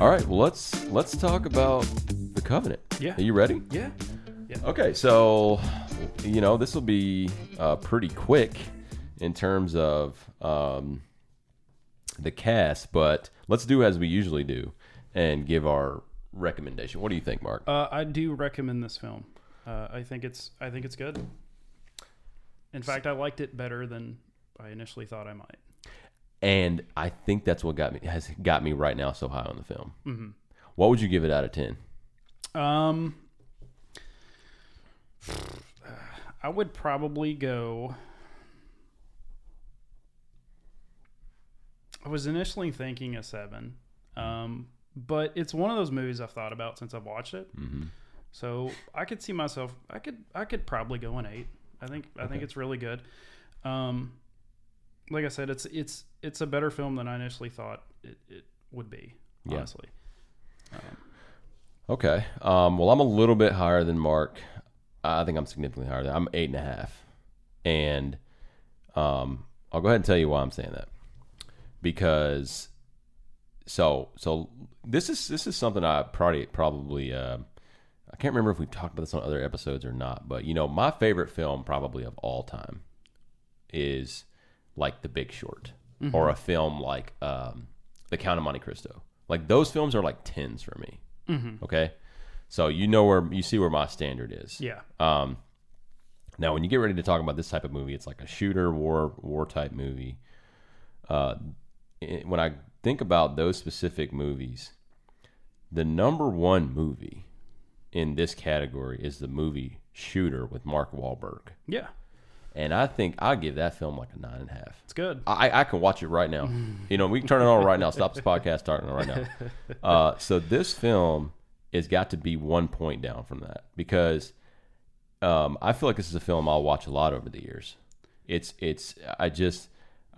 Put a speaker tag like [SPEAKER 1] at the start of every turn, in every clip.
[SPEAKER 1] All right, well let's let's talk about the covenant.
[SPEAKER 2] Yeah.
[SPEAKER 1] Are you ready?
[SPEAKER 2] Yeah.
[SPEAKER 1] Okay, so you know this will be uh, pretty quick in terms of um, the cast, but let's do as we usually do and give our recommendation. What do you think, Mark?
[SPEAKER 2] Uh, I do recommend this film. Uh, I think it's I think it's good. In fact, I liked it better than I initially thought I might.
[SPEAKER 1] and I think that's what got me has got me right now so high on the film. Mm-hmm. What would you give it out of ten?
[SPEAKER 2] Um, I would probably go. I was initially thinking a seven, um, but it's one of those movies I've thought about since I've watched it.
[SPEAKER 1] Mm-hmm.
[SPEAKER 2] So I could see myself. I could. I could probably go an eight. I think. I think it's really good. Um, like I said, it's it's it's a better film than I initially thought it, it would be.
[SPEAKER 1] Yeah.
[SPEAKER 2] Honestly,
[SPEAKER 1] Okay. Um, well, I'm a little bit higher than Mark. I think I'm significantly higher. Than, I'm eight and a half, and um, I'll go ahead and tell you why I'm saying that. Because, so so this is this is something I probably probably uh, I can't remember if we talked about this on other episodes or not, but you know my favorite film probably of all time is like The Big Short or a film like um, The Count of Monte Cristo. Like those films are like tens for me. Okay. So you know where you see where my standard is.
[SPEAKER 2] yeah.
[SPEAKER 1] Um, now, when you get ready to talk about this type of movie, it's like a shooter war war type movie. Uh, it- when I think about those specific movies, the number one movie in this category is the movie Shooter with Mark Wahlberg,
[SPEAKER 2] Yeah.
[SPEAKER 1] and I think I give that film like a nine and a half.
[SPEAKER 2] It's good.
[SPEAKER 1] I, I can watch it right now. You know, we can turn it on right now. Stop this podcast, starting it right now. Uh, so this film has got to be one point down from that because um, I feel like this is a film I'll watch a lot over the years. It's it's I just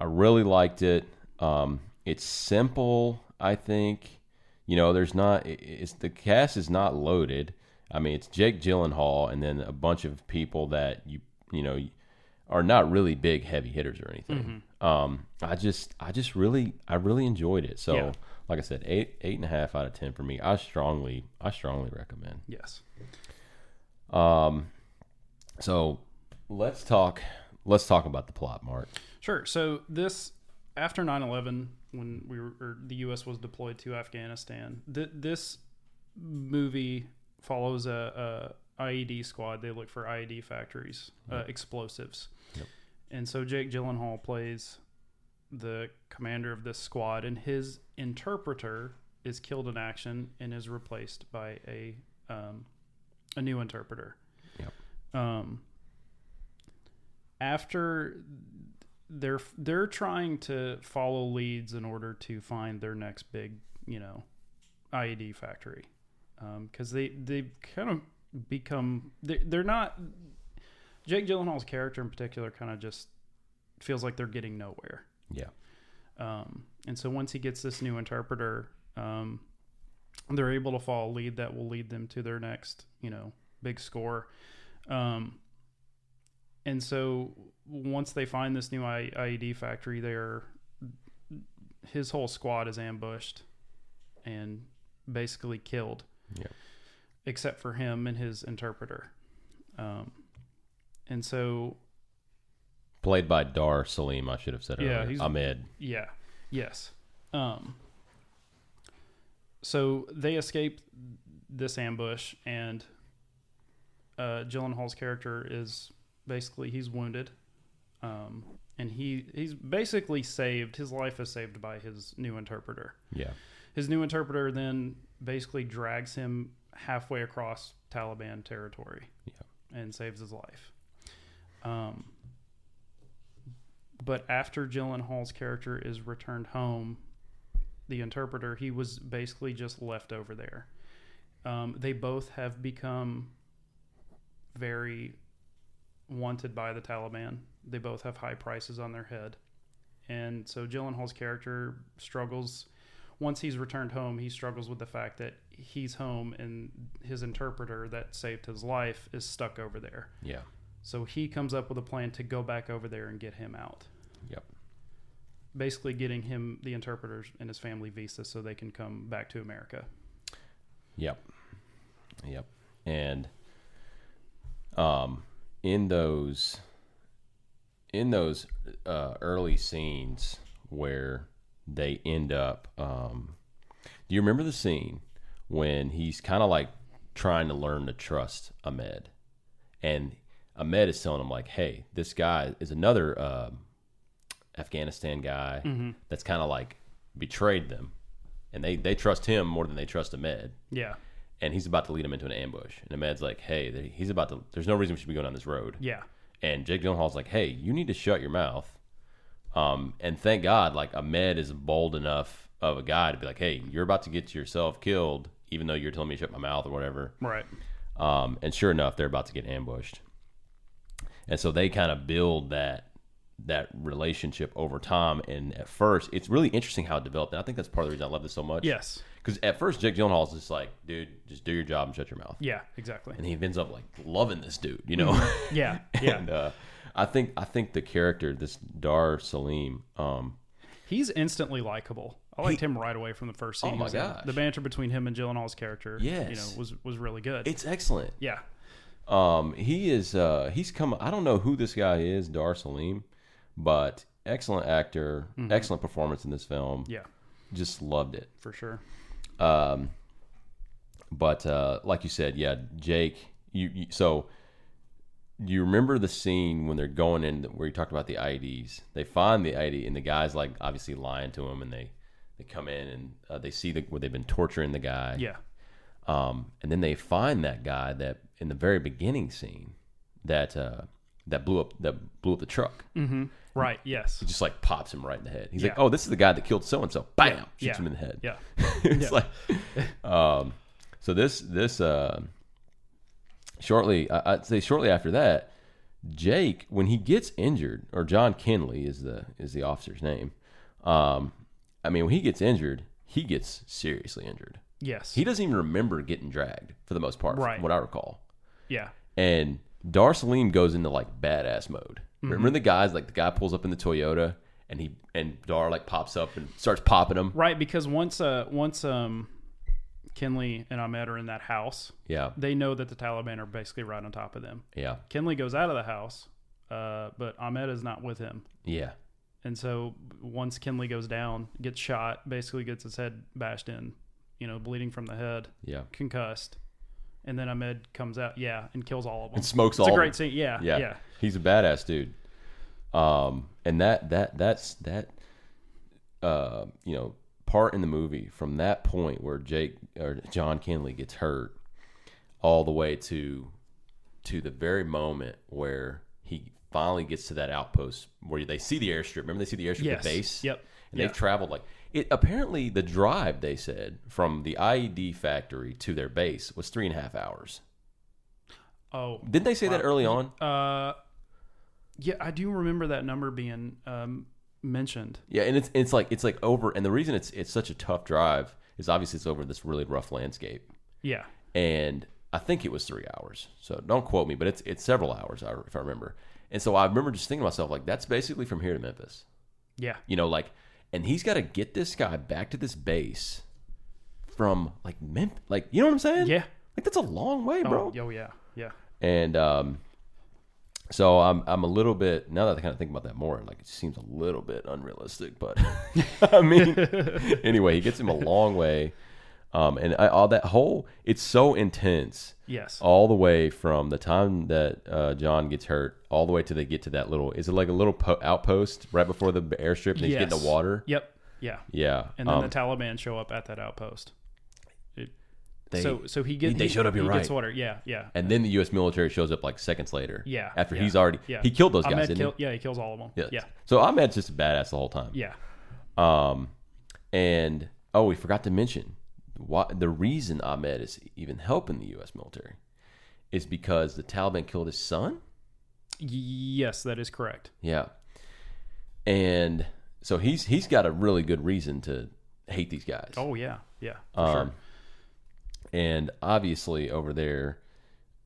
[SPEAKER 1] I really liked it. Um, it's simple, I think. You know, there's not it- it's the cast is not loaded. I mean, it's Jake Gyllenhaal and then a bunch of people that you you know are not really big heavy hitters or anything. Um, I just I just really I really enjoyed it. So
[SPEAKER 2] Yeah.
[SPEAKER 1] like I said, eight eight and a half out of ten for me. I strongly I strongly recommend.
[SPEAKER 2] Yes.
[SPEAKER 1] Um, So let's talk. Let's talk about the plot, Mark.
[SPEAKER 2] Sure. So this after 9/11 when we were or the US was deployed to Afghanistan, th- this movie follows a, a IED squad. They look for IED factories, uh, explosives. And so Jake Gyllenhaal plays the commander of this squad and his interpreter is killed in action and is replaced by a um, a new interpreter.
[SPEAKER 1] Yep.
[SPEAKER 2] Um after they're they're trying to follow leads in order to find their next big you know IED factory because they they kind of become they, they're not Jake Gyllenhaal's character in particular kind of just feels like they're getting nowhere
[SPEAKER 1] Yeah.
[SPEAKER 2] um, and so once he gets this new interpreter um, they're able to follow a lead that will lead them to their next you know big score um, and so once they find this new I- IED factory, they're his whole squad is ambushed and basically killed,
[SPEAKER 1] Yeah.
[SPEAKER 2] except for him and his interpreter. Um, and so,
[SPEAKER 1] Played by Dar Salim, I should have said
[SPEAKER 2] Yeah,
[SPEAKER 1] earlier.
[SPEAKER 2] he's-
[SPEAKER 1] Ahmed.
[SPEAKER 2] yeah, yes. Um, so they escape this ambush, and uh, Gyllenhaal's character is basically he's wounded, um, and he he's basically saved. His life is saved by his new interpreter.
[SPEAKER 1] Yeah.
[SPEAKER 2] His new interpreter then basically drags him halfway across Taliban territory and saves his life. Um, but after Gyllenhaal's character is returned home, the interpreter he was basically just left over there. Um, they both have become very wanted by the Taliban. They both have high prices on their head, and so Gyllenhaal's character struggles. Once he's returned home, he struggles with the fact that he's home and his interpreter that saved his life is stuck over there.
[SPEAKER 1] Yeah.
[SPEAKER 2] So he comes up with a plan to go back over there and get him out.
[SPEAKER 1] Yep.
[SPEAKER 2] basically getting him the interpreters and his family visa so they can come back to America.
[SPEAKER 1] Yep. Yep. And um in those in those uh, early scenes where they end up um do you remember the scene when he's kind of like trying to learn to trust Ahmed and Ahmed is telling him like hey this guy is another um Afghanistan guy that's kind of like betrayed them and they they trust him more than they trust Ahmed
[SPEAKER 2] Yeah.
[SPEAKER 1] and he's about to lead him into an ambush. And Ahmed's like, "Hey, there- he's about to. There's no reason we should be going down this road."
[SPEAKER 2] Yeah.
[SPEAKER 1] And Jake Gyllenhaal's like, "Hey, you need to shut your mouth." Um, and thank God, like Ahmed is bold enough of a guy to be like, "Hey, you're about to get yourself killed, even though you're telling me to shut my mouth or whatever."
[SPEAKER 2] Right.
[SPEAKER 1] Um, and sure enough, they're about to get ambushed. And so they kind of build that that relationship over time. And at first, it's really interesting how it developed. And I think that's part of the reason I love this so much.
[SPEAKER 2] Yes.
[SPEAKER 1] Because at first, Jake Gyllenhaal's just like, "Dude, just do your job and shut your mouth."
[SPEAKER 2] Yeah. Exactly.
[SPEAKER 1] and he ends up like loving this dude, you know.
[SPEAKER 2] Yeah. Mm-hmm. Yeah.
[SPEAKER 1] and uh, I think I think the character, this Dar Salim, um,
[SPEAKER 2] He's instantly likable. I liked him right away from the first scene.
[SPEAKER 1] Oh
[SPEAKER 2] he
[SPEAKER 1] my
[SPEAKER 2] was in.
[SPEAKER 1] gosh.
[SPEAKER 2] The banter between him and Gyllenhaal's character, you
[SPEAKER 1] Yes.
[SPEAKER 2] know, was was really good.
[SPEAKER 1] it's excellent.
[SPEAKER 2] yeah.
[SPEAKER 1] Um, he is uh, he's come. I don't know who this guy is, Dar Salim, but excellent actor, excellent performance in this film.
[SPEAKER 2] Mm-hmm. Yeah.
[SPEAKER 1] Just loved it.
[SPEAKER 2] For sure.
[SPEAKER 1] Um, but uh, like you said, yeah, Jake. You, you so you remember the scene when they're going in where you talked about the IDs? They find the ID, and the guy's like obviously lying to him, and they they come in and uh, they see the, where they've been torturing the guy.
[SPEAKER 2] Yeah.
[SPEAKER 1] Um, and then they find that guy that in the very beginning scene that uh, that blew up that blew up the truck.
[SPEAKER 2] Right. Yes.
[SPEAKER 1] It just like pops him right in the head. He's like,
[SPEAKER 2] Mm. Yeah.
[SPEAKER 1] "Oh, this is the guy that killed so and so." Bam! Shoots
[SPEAKER 2] Yeah.
[SPEAKER 1] him in the head
[SPEAKER 2] Yeah.
[SPEAKER 1] it's like, um, so this this uh, shortly, I, I'd say shortly after that, Jake when he gets injured, or John Kinley is the is the officer's name. Um, I mean, when he gets injured, he gets seriously injured.
[SPEAKER 2] Yes.
[SPEAKER 1] He doesn't even remember getting dragged for the most part,
[SPEAKER 2] Right.
[SPEAKER 1] from what I recall.
[SPEAKER 2] yeah.
[SPEAKER 1] And Dar Salim goes into like badass mode.
[SPEAKER 2] Mm-hmm.
[SPEAKER 1] Remember the guys like the guy pulls up in the Toyota and he and Dar like pops up and starts popping him.
[SPEAKER 2] Right, because once uh once um Kinley and Ahmed are in that house,
[SPEAKER 1] Yeah,
[SPEAKER 2] they know that the Taliban are basically right on top of them.
[SPEAKER 1] yeah,
[SPEAKER 2] Kinley goes out of the house, uh, but Ahmed is not with him.
[SPEAKER 1] yeah.
[SPEAKER 2] And so once Kinley goes down, gets shot, basically gets his head bashed in, you know, bleeding from the head,
[SPEAKER 1] Yeah.
[SPEAKER 2] concussed. And then Ahmed comes out, yeah, and kills all of them.
[SPEAKER 1] And smokes
[SPEAKER 2] it's
[SPEAKER 1] all
[SPEAKER 2] a
[SPEAKER 1] of
[SPEAKER 2] great
[SPEAKER 1] them.
[SPEAKER 2] scene. Yeah,
[SPEAKER 1] Yeah.
[SPEAKER 2] yeah.
[SPEAKER 1] He's a badass dude. Um and that that that's that uh you know part in the movie from that point where Jake or John Kinley gets hurt all the way to to the very moment where he finally gets to that outpost where they see the airstrip. Remember they see the airstrip
[SPEAKER 2] Yes.
[SPEAKER 1] the base?
[SPEAKER 2] Yep.
[SPEAKER 1] And they've
[SPEAKER 2] Yeah.
[SPEAKER 1] traveled like it apparently the drive they said from the IED factory to their base was three and a half hours.
[SPEAKER 2] Oh,
[SPEAKER 1] Didn't they say that early on?
[SPEAKER 2] uh, yeah, I do remember that number being um, mentioned.
[SPEAKER 1] Yeah, and it's it's like it's like over, and the reason it's it's such a tough drive is obviously it's over this really rough landscape,
[SPEAKER 2] Yeah,
[SPEAKER 1] and I think it was three hours. So don't quote me, but it's it's several hours I- if I remember. And so I remember just thinking to myself like that's basically from here to Memphis,
[SPEAKER 2] yeah,
[SPEAKER 1] you know, like, and he's got to get this guy back to this base from like Memphis, like you know what I'm saying?
[SPEAKER 2] yeah.
[SPEAKER 1] like that's a long way, bro.
[SPEAKER 2] Oh, oh, yeah, yeah.
[SPEAKER 1] And um, so I'm I'm a little bit now that I kind of think about that more, like it seems a little bit unrealistic. But I mean, anyway, he gets him a long way, um, and I, all that whole it's so intense
[SPEAKER 2] Yes.
[SPEAKER 1] all the way from the time that uh, John gets hurt all the way till they get to that little is it like a little po- outpost right before the airstrip and he's getting
[SPEAKER 2] Yes.
[SPEAKER 1] the water.
[SPEAKER 2] Yep. Yeah.
[SPEAKER 1] Yeah,
[SPEAKER 2] And then
[SPEAKER 1] um,
[SPEAKER 2] the Taliban show up at that outpost. It,
[SPEAKER 1] they-
[SPEAKER 2] so so he gets
[SPEAKER 1] they showed up, you're
[SPEAKER 2] he
[SPEAKER 1] right.
[SPEAKER 2] gets water. Yeah. Yeah.
[SPEAKER 1] and then the U.S. military shows up like seconds later.
[SPEAKER 2] Yeah,
[SPEAKER 1] after
[SPEAKER 2] yeah,
[SPEAKER 1] he's already
[SPEAKER 2] yeah.
[SPEAKER 1] he killed those guys,
[SPEAKER 2] Ahmed
[SPEAKER 1] didn't
[SPEAKER 2] kill, yeah, he kills all of them.
[SPEAKER 1] he?
[SPEAKER 2] Yeah.
[SPEAKER 1] So Ahmed's just a badass the whole time.
[SPEAKER 2] Yeah.
[SPEAKER 1] Um, and oh, we forgot to mention why, the reason Ahmed is even helping the U.S. military is because the Taliban killed his son.
[SPEAKER 2] Yes, that is correct.
[SPEAKER 1] Yeah, and so he's he's got a really good reason to hate these guys.
[SPEAKER 2] Oh yeah. Yeah. Oh, For
[SPEAKER 1] Um, And obviously over there,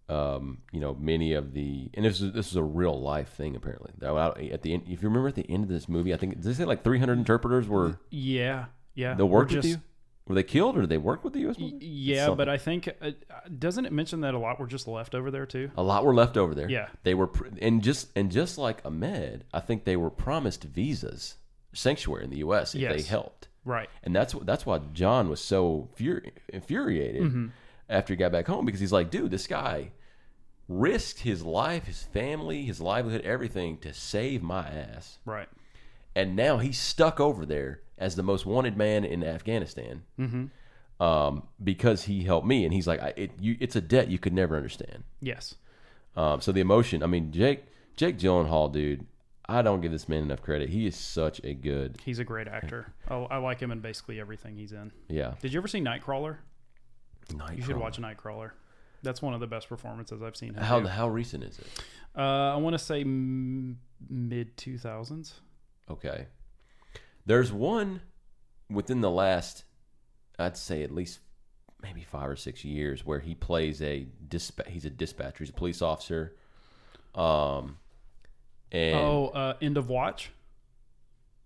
[SPEAKER 1] um, you know, many of the and this is this is a real life thing apparently. Though, out- At the end, if you remember at the end of this movie, I think did they say like 300 interpreters were
[SPEAKER 2] Yeah, yeah.
[SPEAKER 1] they
[SPEAKER 2] We're
[SPEAKER 1] worked with you? Were they killed or did they work with you? Or
[SPEAKER 2] y-
[SPEAKER 1] something?
[SPEAKER 2] Yeah,
[SPEAKER 1] Something.
[SPEAKER 2] but I think uh, doesn't it mention that a lot were just left over there too?
[SPEAKER 1] a lot were left over there.
[SPEAKER 2] Yeah.
[SPEAKER 1] they were, pr- and just and just like Ahmed, I think they were promised visas, sanctuary in the U.S. if they
[SPEAKER 2] Yes.
[SPEAKER 1] helped,
[SPEAKER 2] Right.
[SPEAKER 1] and that's wh- that's why John was so furi- infuriated
[SPEAKER 2] Mm-hmm.
[SPEAKER 1] after he got back home because he's like, dude, this guy risked his life, his family, his livelihood, everything to save my ass,
[SPEAKER 2] Right.
[SPEAKER 1] and now he's stuck over there as the most wanted man in Afghanistan.
[SPEAKER 2] Mhm.
[SPEAKER 1] Um, because he helped me, and he's like, I, it, you, it's a debt you could never understand.
[SPEAKER 2] Yes.
[SPEAKER 1] Um, so the emotion, I mean, Jake Jake Gyllenhaal, dude, I don't give this man enough credit. He is such a good,
[SPEAKER 2] He's a great actor. I, I like him in basically everything he's in.
[SPEAKER 1] yeah.
[SPEAKER 2] Did you ever see Nightcrawler? You should
[SPEAKER 1] Nightcrawler.
[SPEAKER 2] watch Nightcrawler. That's one of the best performances I've seen. Him
[SPEAKER 1] How
[SPEAKER 2] do.
[SPEAKER 1] how recent is it?
[SPEAKER 2] Uh, I want to say m- mid two thousands.
[SPEAKER 1] Okay, there's one within the last, I'd say at least maybe five or six years where he plays a dispa- He's a dispatcher. He's a police officer. Um, and
[SPEAKER 2] Oh, uh, End of Watch.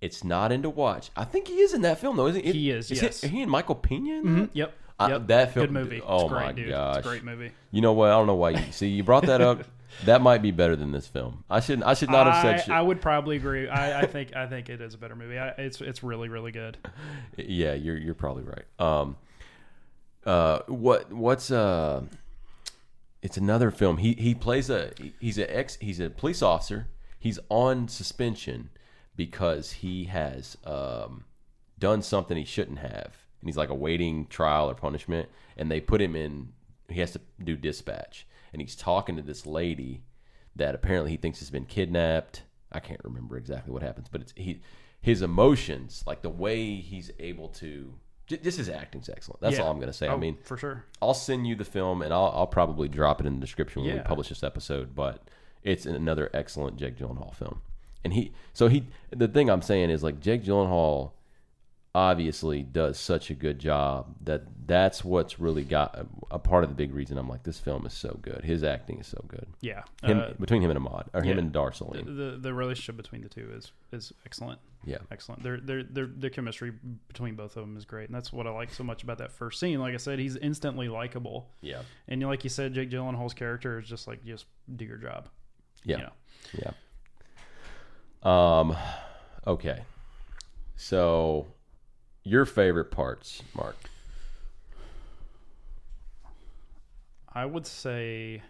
[SPEAKER 1] it's not into watch. I think he is in that film though, isn't he?
[SPEAKER 2] He is, yes.
[SPEAKER 1] He, are he and Michael Pena. In that?
[SPEAKER 2] Yep. Mm-hmm. Yep.
[SPEAKER 1] Mm-hmm. I- that film-
[SPEAKER 2] Good movie.
[SPEAKER 1] oh
[SPEAKER 2] it's great,
[SPEAKER 1] my
[SPEAKER 2] dude.
[SPEAKER 1] gosh.
[SPEAKER 2] It's a great movie.
[SPEAKER 1] You know what? I don't know why you see you brought that up. that might be better than this film. I shouldn't. I should not have
[SPEAKER 2] I,
[SPEAKER 1] said shit.
[SPEAKER 2] I would probably agree. I, I think I think it is a better movie. I, it's it's really really good.
[SPEAKER 1] yeah, you're you're probably right. Um, uh, what what's uh, it's another film. He he plays a he's a ex he's a police officer. He's on suspension because he has um done something he shouldn't have, and he's like awaiting trial or punishment. And they put him in. He has to do dispatch, and he's talking to this lady that apparently he thinks has been kidnapped. I can't remember exactly what happens, but it's he his emotions, like the way he's able to. j- Just his acting's excellent. That's
[SPEAKER 2] Yeah.
[SPEAKER 1] all I'm gonna say. I
[SPEAKER 2] Oh,
[SPEAKER 1] mean,
[SPEAKER 2] for sure.
[SPEAKER 1] I'll send you the film, and I'll, I'll probably drop it in the description when we
[SPEAKER 2] Yeah.
[SPEAKER 1] publish this episode. But it's another excellent Jake Gyllenhaal film, and he. So he. The thing I'm saying is like Jake Gyllenhaal obviously does such a good job that that's what's really got a, a part of the big reason I'm like this film is so good. His acting is so good.
[SPEAKER 2] Yeah.
[SPEAKER 1] Him
[SPEAKER 2] uh,
[SPEAKER 1] between him and Ahmad, or him
[SPEAKER 2] yeah.
[SPEAKER 1] and Darceline.
[SPEAKER 2] the the relationship between the two is is excellent.
[SPEAKER 1] Yeah.
[SPEAKER 2] excellent. Their their their their chemistry between both of them is great, and that's what I like so much about that first scene. Like I said, he's instantly likable,
[SPEAKER 1] Yeah.
[SPEAKER 2] and like you said, Jake Gyllenhaal's character is just like just do your job.
[SPEAKER 1] Yeah.
[SPEAKER 2] You know?
[SPEAKER 1] Yeah. Um okay. So your favorite parts, Mark.
[SPEAKER 2] I would say,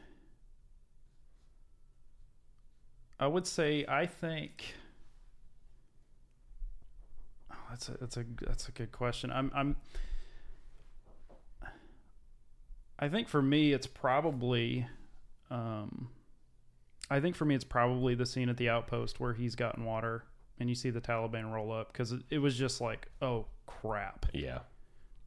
[SPEAKER 2] I would say, I think. Oh, that's a that's a that's a good question. I'm I'm. I think for me, it's probably, um, I think for me, it's probably the scene at the outpost where he's gotten water and you see the Taliban roll up because it, it was just like, oh crap.
[SPEAKER 1] Yeah.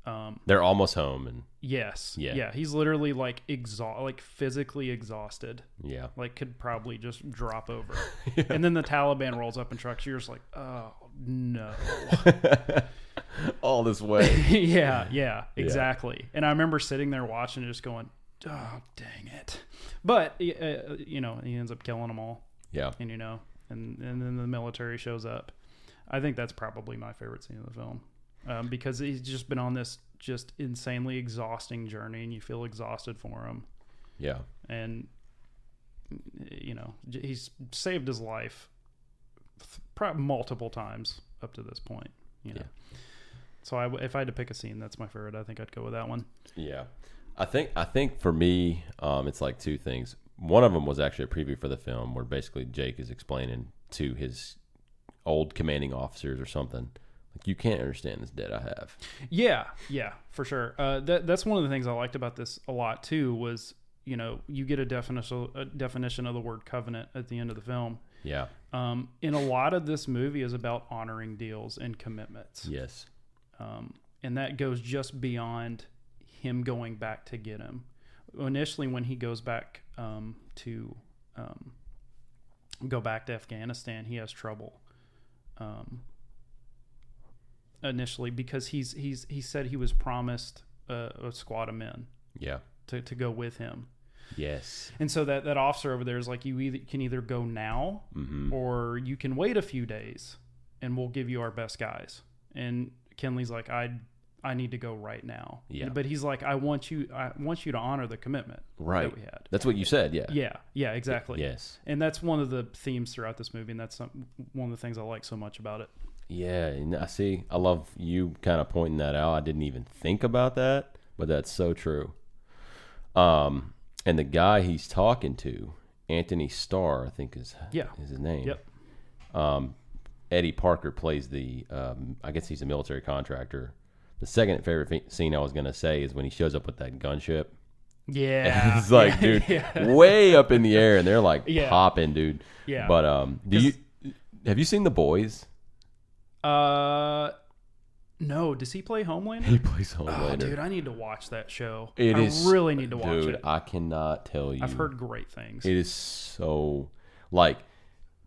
[SPEAKER 2] Um,
[SPEAKER 1] They're almost home and
[SPEAKER 2] Yes.
[SPEAKER 1] Yeah.
[SPEAKER 2] Yeah. He's literally like exhaust, like physically exhausted.
[SPEAKER 1] yeah.
[SPEAKER 2] Like could probably just drop over. And then the Taliban rolls up in trucks. You're just like, oh no.
[SPEAKER 1] All this way.
[SPEAKER 2] yeah. Yeah. Exactly. And I remember sitting there watching, and just going, oh dang it. But uh, you know, he ends up killing them all,
[SPEAKER 1] Yeah.
[SPEAKER 2] and you know, and and then the military shows up. I think that's probably my favorite scene of the film, um, because he's just been on this just insanely exhausting journey, and you feel exhausted for him.
[SPEAKER 1] Yeah.
[SPEAKER 2] and you know j- he's saved his life th- prob- multiple times up to this point you know
[SPEAKER 1] Yeah.
[SPEAKER 2] so I, w- if i had to pick a scene that's my favorite i think i'd go with that one
[SPEAKER 1] Yeah. I think I think for me, um, it's like two things. One of them was actually a preview for the film where basically Jake is explaining to his old commanding officers or something. Like you can't understand this debt I have.
[SPEAKER 2] yeah yeah for sure uh, that, that's one of the things i liked about this a lot too was you know you get a definition a definition of the word covenant at the end of the film
[SPEAKER 1] Yeah.
[SPEAKER 2] um, and a lot of this movie is about honoring deals and commitments
[SPEAKER 1] Yes.
[SPEAKER 2] um, and that goes just beyond him going back to get him. Initially, when he goes back um, to um, go back to Afghanistan, he has trouble. Um, initially, because he's he's he said he was promised a, a squad of men
[SPEAKER 1] Yeah.
[SPEAKER 2] to, to go with him,
[SPEAKER 1] Yes.
[SPEAKER 2] And so that, that officer over there is like, you either can either go now
[SPEAKER 1] Mm-hmm.
[SPEAKER 2] or you can wait a few days and we'll give you our best guys. And Kenley's like, I I need to go right now.
[SPEAKER 1] Yeah.
[SPEAKER 2] But he's like, I want you I want you to honor the commitment
[SPEAKER 1] Right.
[SPEAKER 2] that we had.
[SPEAKER 1] That's what you said. Oh, Yeah.
[SPEAKER 2] Yeah. Yeah, exactly.
[SPEAKER 1] Yes.
[SPEAKER 2] And that's one of the themes throughout this movie, and that's some, one of the things I like so much about it.
[SPEAKER 1] Yeah. And I see. I love you kind of pointing that out. I didn't even think about that, but that's so true. Um, and the guy he's talking to, Anthony Starr, I think is
[SPEAKER 2] Yeah.
[SPEAKER 1] is his name.
[SPEAKER 2] Yep.
[SPEAKER 1] Um, Eddie Parker plays the. Um, I guess he's a military contractor. The second favorite fe- scene I was gonna say is when he shows up with that gunship.
[SPEAKER 2] Yeah.
[SPEAKER 1] it's like, dude,
[SPEAKER 2] Yeah.
[SPEAKER 1] way up in the air, and they're like
[SPEAKER 2] Yeah.
[SPEAKER 1] popping, dude.
[SPEAKER 2] Yeah.
[SPEAKER 1] But um, do you have you seen the boys?
[SPEAKER 2] uh, no. Does he play Homelander?
[SPEAKER 1] He plays Homelander.
[SPEAKER 2] Oh, dude, I need to watch that show.
[SPEAKER 1] It
[SPEAKER 2] I
[SPEAKER 1] is-
[SPEAKER 2] really need to watch
[SPEAKER 1] Dude,
[SPEAKER 2] it.
[SPEAKER 1] I cannot tell you.
[SPEAKER 2] I've heard great things.
[SPEAKER 1] it is so like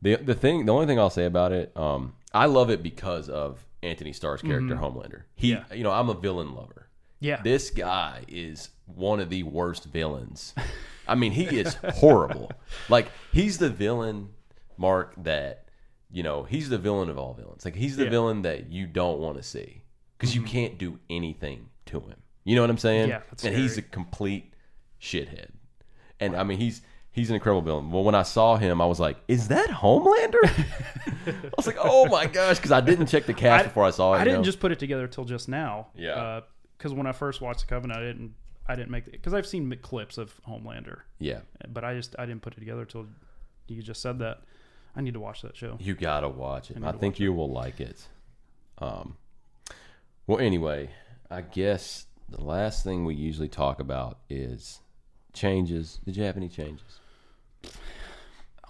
[SPEAKER 1] the the thing. The only thing I'll say about it, um, I love it because of Anthony Starr's character, Homelander. He,
[SPEAKER 2] Mm-hmm. Yeah.
[SPEAKER 1] you know, I'm a villain lover.
[SPEAKER 2] yeah.
[SPEAKER 1] This guy is one of the worst villains. I mean, he is horrible. like he's the villain, Mark. That you know, he's the villain of all villains. Like he's the
[SPEAKER 2] Yeah. Mm-hmm.
[SPEAKER 1] villain that you don't want to see because you can't do anything to him. You know what I'm saying?
[SPEAKER 2] Yeah, that's
[SPEAKER 1] and he's a
[SPEAKER 2] scary.
[SPEAKER 1] complete shithead. And I mean, he's he's an incredible villain. Well, when I saw him, I was like, "Is that Homelander?" I was like, "Oh my gosh!" Because I didn't check the cast before I saw it.
[SPEAKER 2] I
[SPEAKER 1] you
[SPEAKER 2] didn't
[SPEAKER 1] know?
[SPEAKER 2] just put it together till just now.
[SPEAKER 1] Yeah.
[SPEAKER 2] Because when I first watched The Covenant, I didn't. I didn't make because I've seen mi- clips of Homelander,
[SPEAKER 1] yeah.
[SPEAKER 2] but I just I didn't put it together till you just said that. I need to watch that show.
[SPEAKER 1] You gotta watch it. I, think you will like it. Um, well, anyway, I guess the last thing we usually talk about is changes. Did you have any changes?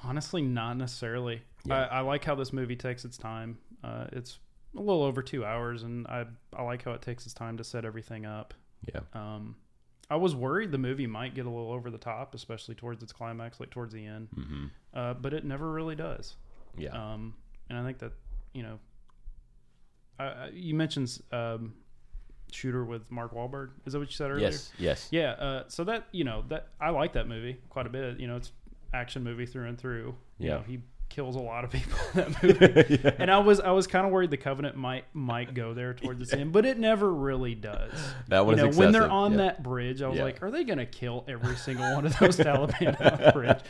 [SPEAKER 2] Honestly, not necessarily.
[SPEAKER 1] Yeah.
[SPEAKER 2] I, I like how this movie takes its time. Uh, it's a little over two hours, and I I like how it takes its time to set everything up.
[SPEAKER 1] Yeah,
[SPEAKER 2] Um, I was worried the movie might get a little over the top, especially towards its climax, like towards the end.
[SPEAKER 1] Mhm.
[SPEAKER 2] Uh, but it never really does.
[SPEAKER 1] yeah,
[SPEAKER 2] Um, and I think that you know, I, I, you mentioned um, shooter with Mark Wahlberg. Is that what you said earlier?
[SPEAKER 1] yes, yes,
[SPEAKER 2] Yeah. Uh, so that you know that I like that movie quite a bit. You know, it's action movie through and through. You
[SPEAKER 1] Yeah.
[SPEAKER 2] know, he kills a lot of people in that movie. And I was I was kind of worried the Covenant might might go there towards the end, but it never really does.
[SPEAKER 1] That
[SPEAKER 2] You
[SPEAKER 1] was
[SPEAKER 2] know, when they're
[SPEAKER 1] excessive,
[SPEAKER 2] on
[SPEAKER 1] yeah.
[SPEAKER 2] that bridge, I was
[SPEAKER 1] Yeah.
[SPEAKER 2] like, are they going to kill every single one of those Taliban on the bridge?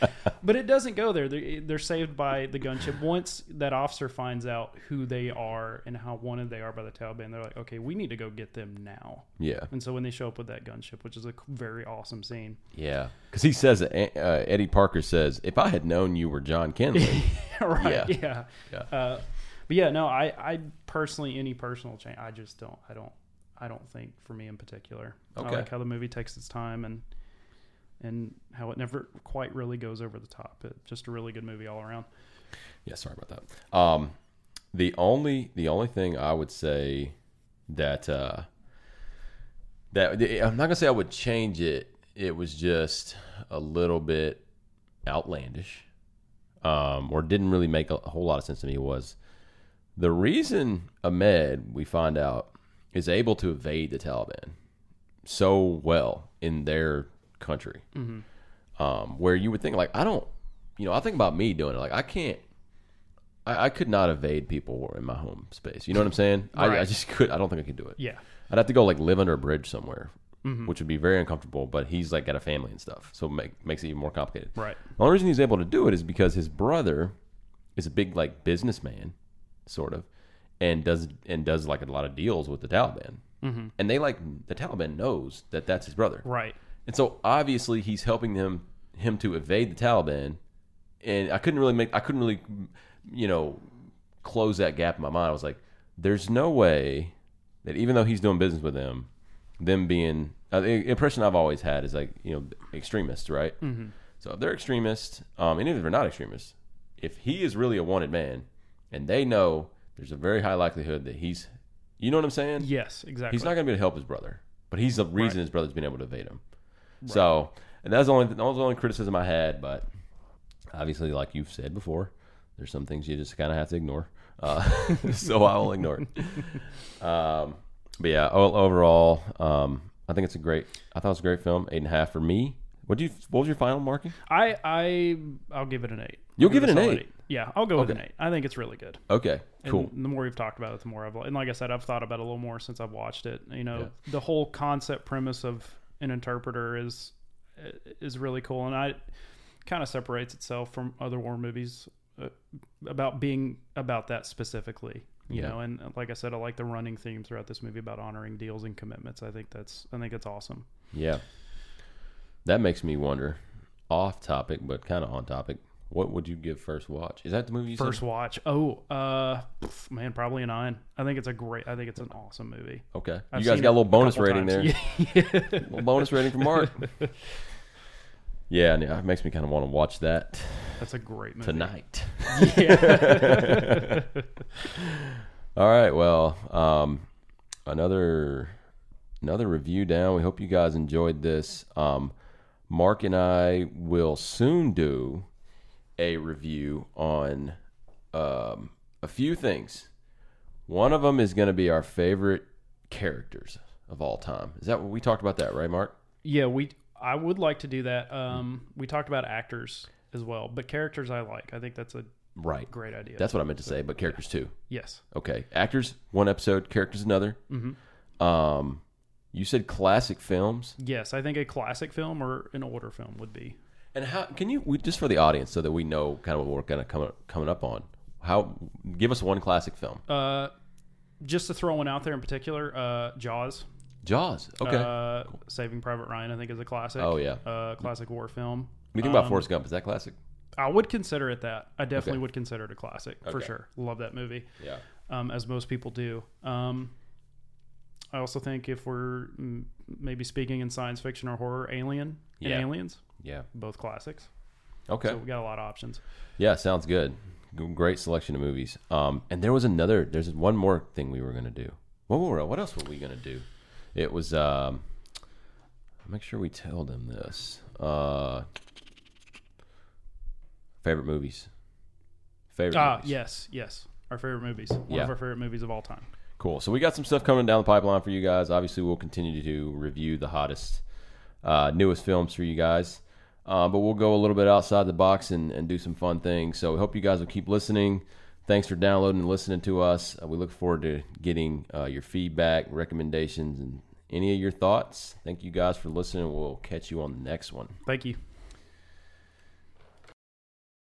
[SPEAKER 2] But it doesn't go there. They're, eh, they're saved by the gunship. Once that officer finds out who they are and how wanted they are by the Taliban, they're like, okay, we need to go get them now.
[SPEAKER 1] yeah,
[SPEAKER 2] And so when they show up with that gunship, which is a very awesome scene,
[SPEAKER 1] yeah. Because he says that uh, Eddie Parker says, "If I had known you were John Kenley,
[SPEAKER 2] right?
[SPEAKER 1] Yeah.
[SPEAKER 2] Yeah.
[SPEAKER 1] Yeah.
[SPEAKER 2] Uh, but yeah, no, I, I personally, any personal change, I just don't, I don't, I don't think for me in particular.
[SPEAKER 1] Okay.
[SPEAKER 2] I like how the movie takes its time and and how it never quite really goes over the top. It, just a really good movie all around.
[SPEAKER 1] Yeah, sorry about that. Um, the only the only thing I would say that uh, that I'm not gonna say I would change it. It was just a little bit outlandish, um, or didn't really make a, a whole lot of sense to me. Was the reason Ahmed we find out is able to evade the Taliban so well in their country, um, where you would think like I don't, you know, I think about me doing it like I can't I, I could not evade people in my home space. You know what I'm saying? I, I
[SPEAKER 2] Right.
[SPEAKER 1] just could. I don't think I could do it.
[SPEAKER 2] Yeah.
[SPEAKER 1] I'd have to go like live under a bridge somewhere, which would be very uncomfortable. But he's like got a family and stuff, so it make, makes it even more complicated.
[SPEAKER 2] Right.
[SPEAKER 1] The only reason he's able to do it is because his brother is a big like businessman, sort of, and does and does like a lot of deals with the Taliban. Mm-hmm. And they like the Taliban knows that that's his brother.
[SPEAKER 2] Right.
[SPEAKER 1] And so obviously he's helping them him to evade the Taliban, and I couldn't really make I couldn't really you know close that gap in my mind. I was like, there's no way that even though he's doing business with them, them being uh, the impression I've always had is like you know extremists, right? Mm-hmm. So if they're extremists, um, and even if they're not extremists, if he is really a wanted man, and they know there's a very high likelihood that he's, you know what I'm saying?
[SPEAKER 2] Yes, exactly.
[SPEAKER 1] He's not going to be able to help his brother, but he's the reason his brother's been able to evade him. So, and that's the only that was the only criticism I had. But obviously, like you've said before, there's some things you just kind of have to ignore. Uh, so I will ignore it. Um, but yeah, o- overall, um, I think it's a great. I thought it was a great film. Eight and a half for me. What do you? What was your final marking?
[SPEAKER 2] I I I'll give it an eight.
[SPEAKER 1] You'll
[SPEAKER 2] I'll
[SPEAKER 1] give it an
[SPEAKER 2] a solid
[SPEAKER 1] eight?
[SPEAKER 2] Yeah, I'll go with an
[SPEAKER 1] Okay.
[SPEAKER 2] eight. I think it's really good.
[SPEAKER 1] Okay,
[SPEAKER 2] And
[SPEAKER 1] cool.
[SPEAKER 2] The more we've talked about it, the more I've and like I said, I've thought about it a little more since I've watched it. You know, the whole concept premise of an interpreter is is really cool, and I kind of separates itself from other war movies uh, about being about that specifically. You
[SPEAKER 1] Yeah.
[SPEAKER 2] know, and uh, like I said, I like the running theme throughout this movie about honoring deals and commitments. I think that's I think it's awesome.
[SPEAKER 1] Yeah, that makes me wonder. Off topic, but kind of on topic. What would you give first watch? Is that the movie? You
[SPEAKER 2] First
[SPEAKER 1] Said?
[SPEAKER 2] watch. Oh, uh, pff, man, probably a nine. I think it's a great. I think it's an awesome movie.
[SPEAKER 1] Okay,
[SPEAKER 2] I've
[SPEAKER 1] you guys
[SPEAKER 2] seen
[SPEAKER 1] got a
[SPEAKER 2] it
[SPEAKER 1] little bonus
[SPEAKER 2] couple
[SPEAKER 1] rating there.
[SPEAKER 2] times. Yeah.
[SPEAKER 1] little bonus rating from Mark. yeah, and yeah, it makes me kind of want to watch that
[SPEAKER 2] That's a great movie.
[SPEAKER 1] tonight.
[SPEAKER 2] Yeah.
[SPEAKER 1] All right. Well, um, another another review down. We hope you guys enjoyed this. Um, Mark and I will soon do a review on um, a few things. One of them is going to be our favorite characters of all time. Is that what we talked about? That right, Mark?
[SPEAKER 2] yeah, we. I would like to do that. Um, we talked about actors as well, but characters I like. I think that's a
[SPEAKER 1] Right.
[SPEAKER 2] great idea.
[SPEAKER 1] That's what I meant to say. But characters too.
[SPEAKER 2] yes.
[SPEAKER 1] Okay, actors one episode, characters another. Mm-hmm. Um, you said classic films.
[SPEAKER 2] Yes, I think a classic film or an older film would be.
[SPEAKER 1] And how can you we, just for the audience so that we know kind of what we're gonna come coming up on? How give us one classic film?
[SPEAKER 2] Uh, just to throw one out there in particular, uh, Jaws.
[SPEAKER 1] Jaws. Okay.
[SPEAKER 2] Uh, Saving Private Ryan, I think, is a classic.
[SPEAKER 1] Oh, yeah.
[SPEAKER 2] Uh, classic war film.
[SPEAKER 1] we think about
[SPEAKER 2] um,
[SPEAKER 1] Forrest Gump. Is that classic?
[SPEAKER 2] I would consider it that. I definitely
[SPEAKER 1] Okay.
[SPEAKER 2] would consider it a classic for
[SPEAKER 1] Okay.
[SPEAKER 2] sure. Love that movie,
[SPEAKER 1] Yeah.
[SPEAKER 2] um, as most people do. Um, I also think if we're mm, maybe speaking in science fiction or horror, Alien and
[SPEAKER 1] Yeah.
[SPEAKER 2] Aliens,
[SPEAKER 1] Yeah.
[SPEAKER 2] both classics.
[SPEAKER 1] Okay.
[SPEAKER 2] So we got a lot of options.
[SPEAKER 1] yeah, sounds good. G- Great selection of movies. Um, and there was another. There's one more thing we were gonna do. What were what else were we gonna do? It was um, make sure we tell them this. Uh, favorite movies. Favorite.
[SPEAKER 2] Ah,
[SPEAKER 1] movies.
[SPEAKER 2] yes, yes. Our favorite movies. One
[SPEAKER 1] Yeah.
[SPEAKER 2] of our favorite movies of all time.
[SPEAKER 1] Cool. So we got some stuff coming down the pipeline for you guys. Obviously, we'll continue to review the hottest, uh, newest films for you guys. Uh, but we'll go a little bit outside the box and, and do some fun things. So we hope you guys will keep listening. Thanks for downloading and listening to us. Uh, we look forward to getting uh, your feedback, recommendations, and any of your thoughts. Thank you guys for listening. We'll catch you on the next one.
[SPEAKER 2] Thank you.